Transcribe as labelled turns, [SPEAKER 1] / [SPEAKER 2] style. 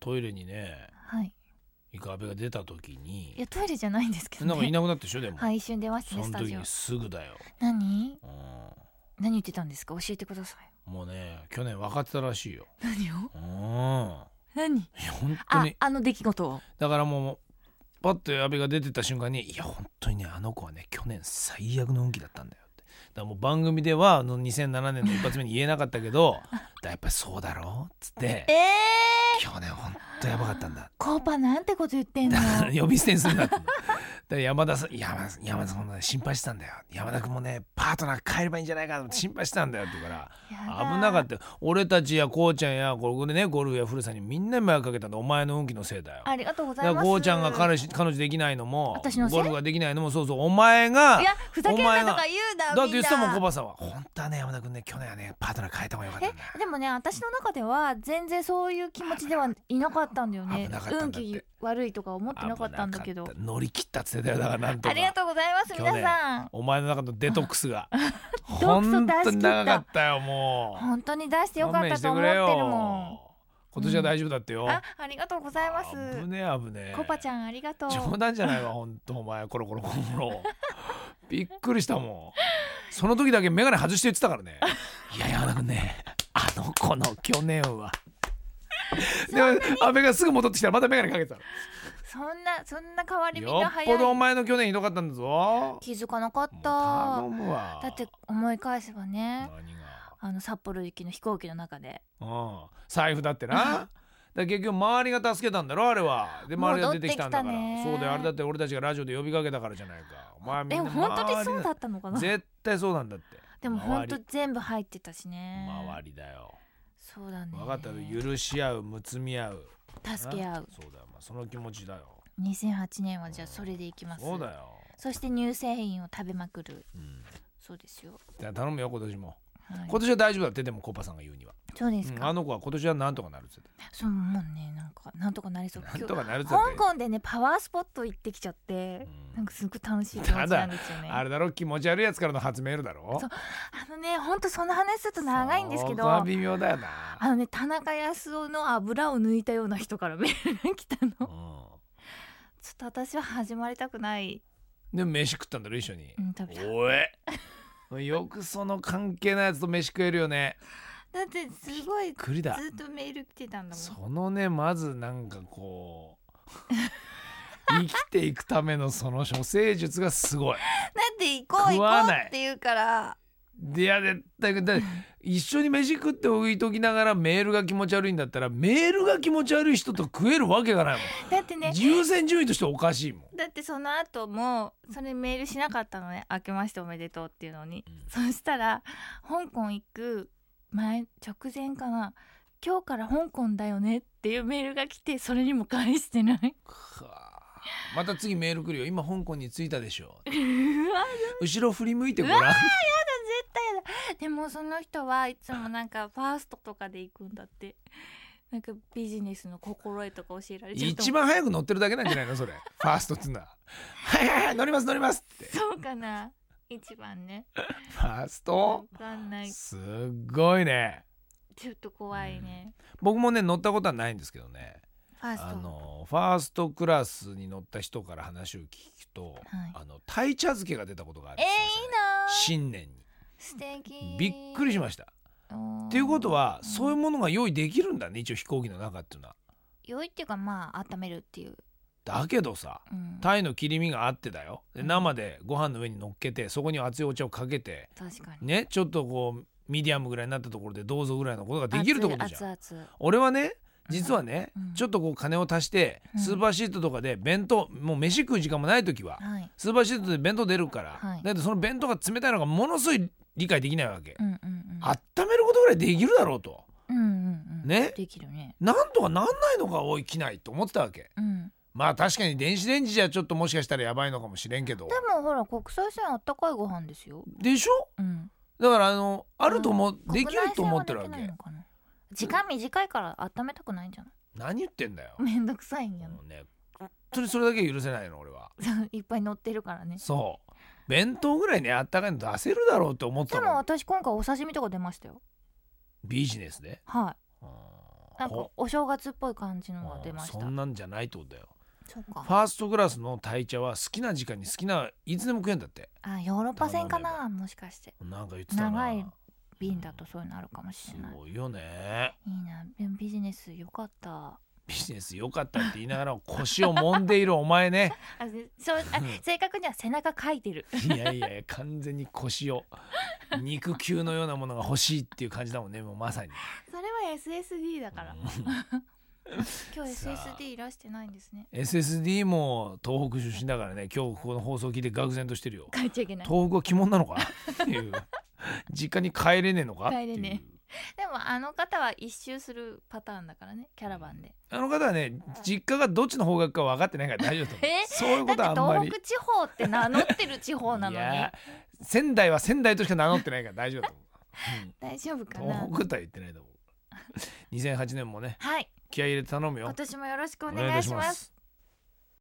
[SPEAKER 1] トイレにね
[SPEAKER 2] はい
[SPEAKER 1] イカアベが出た時
[SPEAKER 2] い
[SPEAKER 1] に
[SPEAKER 2] やトイレじゃないんですけど
[SPEAKER 1] なんかい
[SPEAKER 2] ね
[SPEAKER 1] なくなったでしょでも、
[SPEAKER 2] はい一瞬出ました
[SPEAKER 1] そ
[SPEAKER 2] ねス
[SPEAKER 1] の
[SPEAKER 2] タ
[SPEAKER 1] 時
[SPEAKER 2] ジオ
[SPEAKER 1] にすぐだよ、
[SPEAKER 2] 何
[SPEAKER 1] うん、
[SPEAKER 2] 何言ってたんですか教えてください
[SPEAKER 1] もうね去年分かってたらしいよ、
[SPEAKER 2] 何を
[SPEAKER 1] うん、いや
[SPEAKER 2] 何
[SPEAKER 1] 本当
[SPEAKER 2] あ
[SPEAKER 1] に
[SPEAKER 2] あの出来事を
[SPEAKER 1] だからもうパッと阿部が出てった瞬間に「いや本当にねあの子はね去年最悪の運気だったんだよ」ってだからもう番組ではあの2007年の一発目に言えなかったけ ど「だやっぱりそうだろ?」っつって
[SPEAKER 2] ええ
[SPEAKER 1] 「去年本当やばかったんだ」
[SPEAKER 2] コーパなんてこと言ってん の
[SPEAKER 1] だから呼び捨てにするなってだから山田さん山田さん山田さんもね心配してたんだよ山田君もねパートナー変えればいいんじゃないかと思って心配してたんだよって言うから危なかったよ俺たちやこうちゃんやこれねゴルフや古さんにみんなに迷惑かけたんだお前の運気のせいだよ
[SPEAKER 2] たありがとうござ
[SPEAKER 1] だ
[SPEAKER 2] い
[SPEAKER 1] か
[SPEAKER 2] ま
[SPEAKER 1] ら
[SPEAKER 2] す
[SPEAKER 1] こうちゃんが彼氏彼女できないのも
[SPEAKER 2] 私のせい
[SPEAKER 1] ゴルフができないのもそうそうお前が
[SPEAKER 2] いやふざけん
[SPEAKER 1] お前
[SPEAKER 2] な
[SPEAKER 1] が
[SPEAKER 2] とか言うな
[SPEAKER 1] だって言ってたもん
[SPEAKER 2] み
[SPEAKER 1] コ
[SPEAKER 2] んな
[SPEAKER 1] バさんは本当はね山田君ね去年はねパートナー変えた方がよかったんだ
[SPEAKER 2] えでもね私の中では全然そういう気持ちではいなかったんだよね
[SPEAKER 1] 危なかったん
[SPEAKER 2] 運
[SPEAKER 1] だって
[SPEAKER 2] 気悪いとか思ってなかったんだけど
[SPEAKER 1] 危なかった乗り切ったっつってたよだからなんとか
[SPEAKER 2] ありがとうございます
[SPEAKER 1] 去
[SPEAKER 2] 皆
[SPEAKER 1] 年
[SPEAKER 2] さん
[SPEAKER 1] お前の中のデトックス が
[SPEAKER 2] トックスを
[SPEAKER 1] 本
[SPEAKER 2] 出し切った
[SPEAKER 1] 当に長かったよもう
[SPEAKER 2] 本当に出してよかったと思っ
[SPEAKER 1] 勘弁し
[SPEAKER 2] てる
[SPEAKER 1] くれ
[SPEAKER 2] もん
[SPEAKER 1] よ今年は大丈夫だってよ、
[SPEAKER 2] あありがとうございます
[SPEAKER 1] 危ねえ危ねえ
[SPEAKER 2] コパち
[SPEAKER 1] ん
[SPEAKER 2] ゃんありがとう
[SPEAKER 1] 冗談じゃないわ本当お前コロコロコロコロびっくりしたもんその時だけ眼鏡外して言ってたから ねいや山田君ねあの子の去年 はで阿部がすぐ戻ってきたらまた眼鏡かけてたの
[SPEAKER 2] そんなそんな変わり身
[SPEAKER 1] よ
[SPEAKER 2] が
[SPEAKER 1] っ
[SPEAKER 2] 早
[SPEAKER 1] ぽどお
[SPEAKER 2] い
[SPEAKER 1] 前の去年ひどかったんだぞもう
[SPEAKER 2] 気づかなかった
[SPEAKER 1] 頼むわ
[SPEAKER 2] だって思い返せば
[SPEAKER 1] 何
[SPEAKER 2] ね
[SPEAKER 1] が
[SPEAKER 2] あの札幌行きの飛行機の中で
[SPEAKER 1] うん、財布だ ってな。だから結局周りが助けたんだろあれは。で周りが出てきたんだから。
[SPEAKER 2] 戻ってきたね
[SPEAKER 1] そうだよあれだって俺たちがラジオで呼びかけたからじゃないか。お前はみ
[SPEAKER 2] え
[SPEAKER 1] んな
[SPEAKER 2] 本当にそうだ
[SPEAKER 1] っ
[SPEAKER 2] ったのかな
[SPEAKER 1] 絶対そうなんだって。
[SPEAKER 2] でも本当
[SPEAKER 1] 周り
[SPEAKER 2] 全部入ってたしね
[SPEAKER 1] 周りだよ。
[SPEAKER 2] そうだね
[SPEAKER 1] 分かったよ許し合うむつみ合う。
[SPEAKER 2] 助け合う
[SPEAKER 1] なそうだよ、まあ、その気持ちだよ。
[SPEAKER 2] 2008年はじゃあそれでいきます
[SPEAKER 1] そうだよ。
[SPEAKER 2] そして乳製品を食べまくる
[SPEAKER 1] うん、
[SPEAKER 2] そうですよ、
[SPEAKER 1] じゃあ頼むよ今年も。
[SPEAKER 2] はい、
[SPEAKER 1] 今年は大丈夫だってでもコパさんが言うには。
[SPEAKER 2] そうです
[SPEAKER 1] うん
[SPEAKER 2] か、
[SPEAKER 1] あの子は今年はなんとかなるっつって
[SPEAKER 2] そうもうねなんかなんとかなりそう
[SPEAKER 1] た。な
[SPEAKER 2] 今
[SPEAKER 1] ん
[SPEAKER 2] 日
[SPEAKER 1] とかなるっつって
[SPEAKER 2] 香
[SPEAKER 1] たよ。
[SPEAKER 2] 港でねパワースポット行ってきちゃって
[SPEAKER 1] うん
[SPEAKER 2] なんかすごく楽しい気持ちなんですよね
[SPEAKER 1] あれだろ気持ち悪いやつからの初メールだろ
[SPEAKER 2] そうあのねほんとその話すると長いんですけど
[SPEAKER 1] そこは
[SPEAKER 2] あ
[SPEAKER 1] 微妙だよな
[SPEAKER 2] のね田中康夫の油を抜いたような人からメールが来た のちょっと私は始まりたくない、
[SPEAKER 1] でも飯食ったんだろ一緒に
[SPEAKER 2] うん、食べただ
[SPEAKER 1] おえよくその関係ないやつと飯食えるよね
[SPEAKER 2] ってすごいず
[SPEAKER 1] 栗だ
[SPEAKER 2] っとメール来てたんだもん
[SPEAKER 1] そのねまずなんかこ う生きていくためのその処世術がすごい
[SPEAKER 2] だって行こう行
[SPEAKER 1] 食
[SPEAKER 2] こ
[SPEAKER 1] わ
[SPEAKER 2] う
[SPEAKER 1] ない
[SPEAKER 2] って言うから
[SPEAKER 1] いや絶対だ一緒に飯食っておいときながらメールが気持ち悪いんだったらメールが気持ち悪い人と食えるわけがないも
[SPEAKER 2] だって
[SPEAKER 1] ん、
[SPEAKER 2] ね
[SPEAKER 1] 優先順位としておかしいもん
[SPEAKER 2] だってその後もそれメールしなかったのね「明けましておめでとう」っていうのに、そしたら香港行く前直前かな「今日から香港だよね」っていうメールが来てそれにも返し てない
[SPEAKER 1] かまた次メール来るよ今香港に着いたでしょ
[SPEAKER 2] うわ絶
[SPEAKER 1] 後ろ振り向いてごらん
[SPEAKER 2] 対やだでもその人はいつもなんかファーストとかで行くんだってなんかビジネスの心得とか教えられちゃっ た
[SPEAKER 1] 一番早く乗ってるだけなんじゃないの それファーストっつうのははいはいはい乗ります乗りますって
[SPEAKER 2] そうかな一番ね
[SPEAKER 1] ファース
[SPEAKER 2] わ
[SPEAKER 1] ト
[SPEAKER 2] かんない
[SPEAKER 1] すっごいね
[SPEAKER 2] ちょっと怖いね、
[SPEAKER 1] 僕もね乗ったことはないんですけどね
[SPEAKER 2] ファースト
[SPEAKER 1] あのファーストクラスに乗った人から話を聞くと、
[SPEAKER 2] はい
[SPEAKER 1] あの鯛茶漬けが出たことがある
[SPEAKER 2] えー、いいなー
[SPEAKER 1] 新年
[SPEAKER 2] 素敵
[SPEAKER 1] にびっくりしましたっていうことはそういう
[SPEAKER 2] う
[SPEAKER 1] ものが用意できるんだね一応飛行機の中っていうのは
[SPEAKER 2] 良いっていうかまあ温めるっていう、
[SPEAKER 1] だけどさ
[SPEAKER 2] うん、確
[SPEAKER 1] タイの切り身があってだよで
[SPEAKER 2] うん
[SPEAKER 1] 生でご飯の上に乗っけてそこに熱いお茶をかけて
[SPEAKER 2] かに
[SPEAKER 1] ねちょっとこうミディアムぐらいになったところでどうぞぐらいのことができるってことじゃん
[SPEAKER 2] 熱々
[SPEAKER 1] 俺はね実はね、
[SPEAKER 2] うん
[SPEAKER 1] ちょっとこう金を足して
[SPEAKER 2] うん
[SPEAKER 1] スーパーシートとかで弁当もう飯食う時間もない時は
[SPEAKER 2] はい
[SPEAKER 1] スーパーシートで弁当出るから、
[SPEAKER 2] はい
[SPEAKER 1] だけどその弁当が冷たいのがものすごい理解できないわけ、
[SPEAKER 2] うんうんうん
[SPEAKER 1] 温めることぐらいできるだろうと
[SPEAKER 2] うんうんうん
[SPEAKER 1] ね
[SPEAKER 2] できるね
[SPEAKER 1] なんとかなんないのかおい機内と思ってたわけ
[SPEAKER 2] うん
[SPEAKER 1] まあ確かに電子レンジじゃちょっともしかしたらやばいのかもしれんけど
[SPEAKER 2] でもほら国際線あったかいご飯ですよ
[SPEAKER 1] でしょ
[SPEAKER 2] うん
[SPEAKER 1] だからあのあると思う
[SPEAKER 2] うん
[SPEAKER 1] できると思ってるわ
[SPEAKER 2] 国内線
[SPEAKER 1] け
[SPEAKER 2] はできないのかな時間短いから温めたくないんじゃない
[SPEAKER 1] 何言ってんだよ
[SPEAKER 2] めんどくさいんじ ゃない
[SPEAKER 1] もうね本当にそれだけは許せないの俺は
[SPEAKER 2] いっぱい乗ってるからね
[SPEAKER 1] そう弁当ぐらいねあったかいの出せるだろうって思って
[SPEAKER 2] で
[SPEAKER 1] た
[SPEAKER 2] も
[SPEAKER 1] もん
[SPEAKER 2] 私今回お刺身とか出ましたよ
[SPEAKER 1] ビジネスで
[SPEAKER 2] は
[SPEAKER 1] うん
[SPEAKER 2] なんか
[SPEAKER 1] ほ
[SPEAKER 2] お正月っぽい感じのが出
[SPEAKER 1] うん
[SPEAKER 2] ました
[SPEAKER 1] そんなんじゃないってことだよ
[SPEAKER 2] そう
[SPEAKER 1] フ
[SPEAKER 2] か
[SPEAKER 1] ァーストクラスの鯛茶は好きな時間に好きないつでも食えんだって
[SPEAKER 2] あヨーロッパ線か
[SPEAKER 1] 頼
[SPEAKER 2] なもしかして
[SPEAKER 1] なんか言ってたな
[SPEAKER 2] 長い瓶だとそういうのあるかもし
[SPEAKER 1] す
[SPEAKER 2] れない
[SPEAKER 1] ごいよね
[SPEAKER 2] いいなでもビジネスよかったあ
[SPEAKER 1] ビジネス良かったって言いながら腰を揉んでいるお前ね
[SPEAKER 2] そうあ正確には背中かいてる
[SPEAKER 1] いやいやいや完全に腰を肉球のようなものが欲しいっていう感じだもんねもうまさに
[SPEAKER 2] それは SSD だから
[SPEAKER 1] うん
[SPEAKER 2] 今日
[SPEAKER 1] さあ
[SPEAKER 2] SSD いらしてないんですね
[SPEAKER 1] SSD も東北出身だからね今日ここの放送聞いて愕然としてるよ
[SPEAKER 2] 書いちゃいけない
[SPEAKER 1] 東北は鬼門なのかっていう実家に帰れねえのか
[SPEAKER 2] 帰れね
[SPEAKER 1] え
[SPEAKER 2] でもあの方は一周するパターンだからねキャラバンで
[SPEAKER 1] あの方はね実家がどっちの方角か分かってないから大丈夫だと思う
[SPEAKER 2] え
[SPEAKER 1] そういう
[SPEAKER 2] だ
[SPEAKER 1] こ
[SPEAKER 2] って
[SPEAKER 1] とはあんま
[SPEAKER 2] 東
[SPEAKER 1] り
[SPEAKER 2] 北地方って名乗ってる地方なの
[SPEAKER 1] い
[SPEAKER 2] に
[SPEAKER 1] や仙台は仙台としか名乗ってないから大丈夫だと思
[SPEAKER 2] 大丈夫か
[SPEAKER 1] う、うん
[SPEAKER 2] な
[SPEAKER 1] 東北とは言ってないと思う2008年もね
[SPEAKER 2] はい
[SPEAKER 1] 気合い入れて頼むよ
[SPEAKER 2] 今年もよろしくお願いします
[SPEAKER 1] す